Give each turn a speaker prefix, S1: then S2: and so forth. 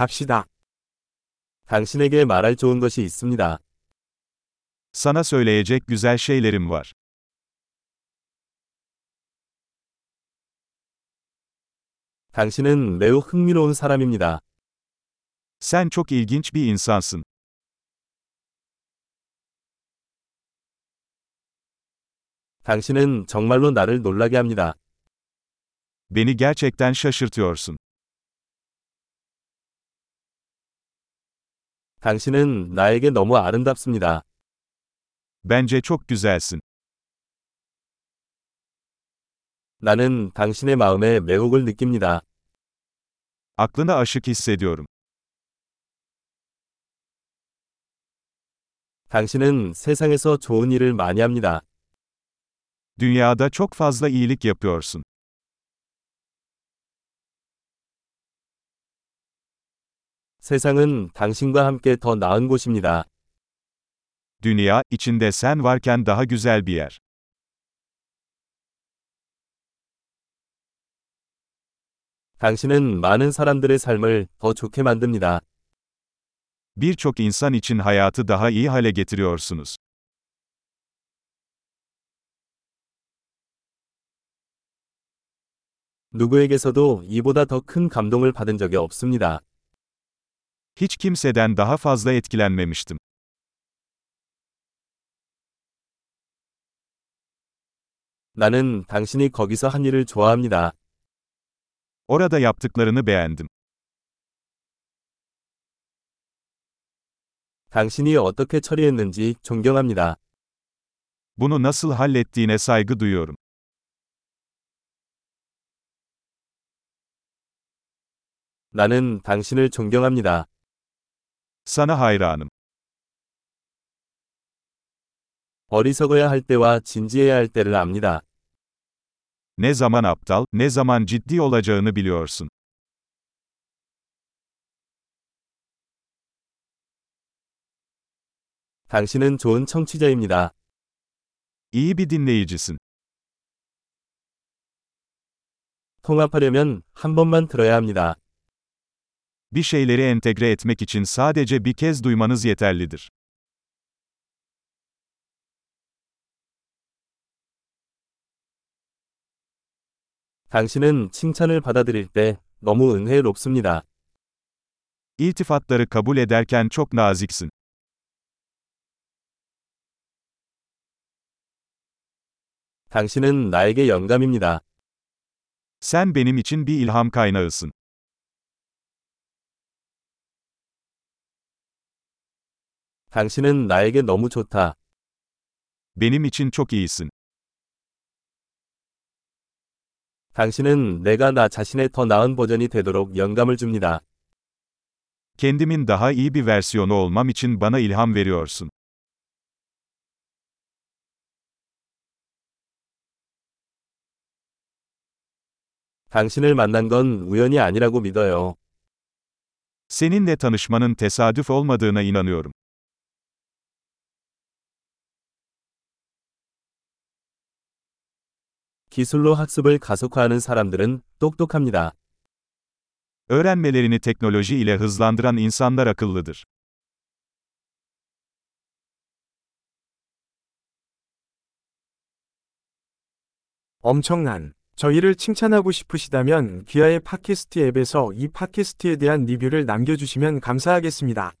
S1: 갑시다. 당신에게 말할 좋은 것이 있습니다.
S2: Sana söyleyecek güzel şeylerim var.
S1: 당신은 매우 흥미로운 사람입니다.
S2: Sen çok ilginç bir insansın.
S1: 당신은 정말로 나를 놀라게 합니다.
S2: Beni gerçekten şaşırtıyorsun.
S1: 당신은 나에게 너무 아름답습니다.
S2: Bence çok güzelsin.
S1: 나는 당신의 마음에 매혹을 느낍니다.
S2: Aklına aşık hissediyorum.
S1: 당신은 세상에서 좋은 일을 많이 합니다.
S2: Dünyada çok fazla iyilik yapıyorsun.
S1: 세상은 당신과 함께 더 나은 곳입니다.
S2: Dünya, içinde sen varken daha güzel bir yer.
S1: 당신은 많은 사람들의 삶을 더 좋게 만듭니다.
S2: Birçok insan için hayatı daha iyi hale getiriyorsunuz.
S1: 누구에게서도 이보다 더 큰 감동을 받은 적이 없습니다.
S2: Hiç kimseden daha fazla etkilenmemiştim.
S1: 나는 당신이 거기서 한 일을 좋아합니다.
S2: Orada yaptıklarını beğendim.
S1: 당신이 어떻게 처리했는지 존경합니다.
S2: Bunu nasıl hallettiğine saygı duyuyorum.
S1: 나는 당신을 존경합니다.
S2: Sana hayranım.
S1: 어리석어야 할 때와 진지해야 할 때를 압니다.
S2: Ne zaman aptal, ne zaman ciddi olacağını biliyorsun.
S1: 당신은 좋은 청취자입니다.
S2: İyi bir dinleyicisin.
S1: 통합하려면 한 번만 들어야 합니다.
S2: Bir şeyleri entegre etmek için sadece bir kez duymanız yeterlidir.
S1: 당신은 칭찬을 받아들일 때 너무 은혜롭습니다.
S2: İltifatları kabul ederken çok naziksin.
S1: 당신은 나에게 영감입니다.
S2: Sen benim için bir ilham kaynağısın.
S1: 당신은 나에게 너무 좋다.
S2: Benim için çok iyisin.
S1: 당신은 내가 나 자신의 더 나은 버전이 되도록 영감을 줍니다.
S2: Kendimin daha iyi bir versiyonu olmam için bana ilham veriyorsun.
S1: 당신을 만난 건 우연이 아니라고 믿어요.
S2: Seninle tanışmanın tesadüf olmadığına inanıyorum.
S1: 기술로 학습을 가속화하는 사람들은 똑똑합니다.
S2: Öğrenmelerini teknoloji ile hızlandıran insanlar akıllıdır.
S3: 엄청난 저희를 칭찬하고 싶으시다면 귀하의 팟캐스트 앱에서 이 팟캐스트에 대한 리뷰를 남겨주시면 감사하겠습니다.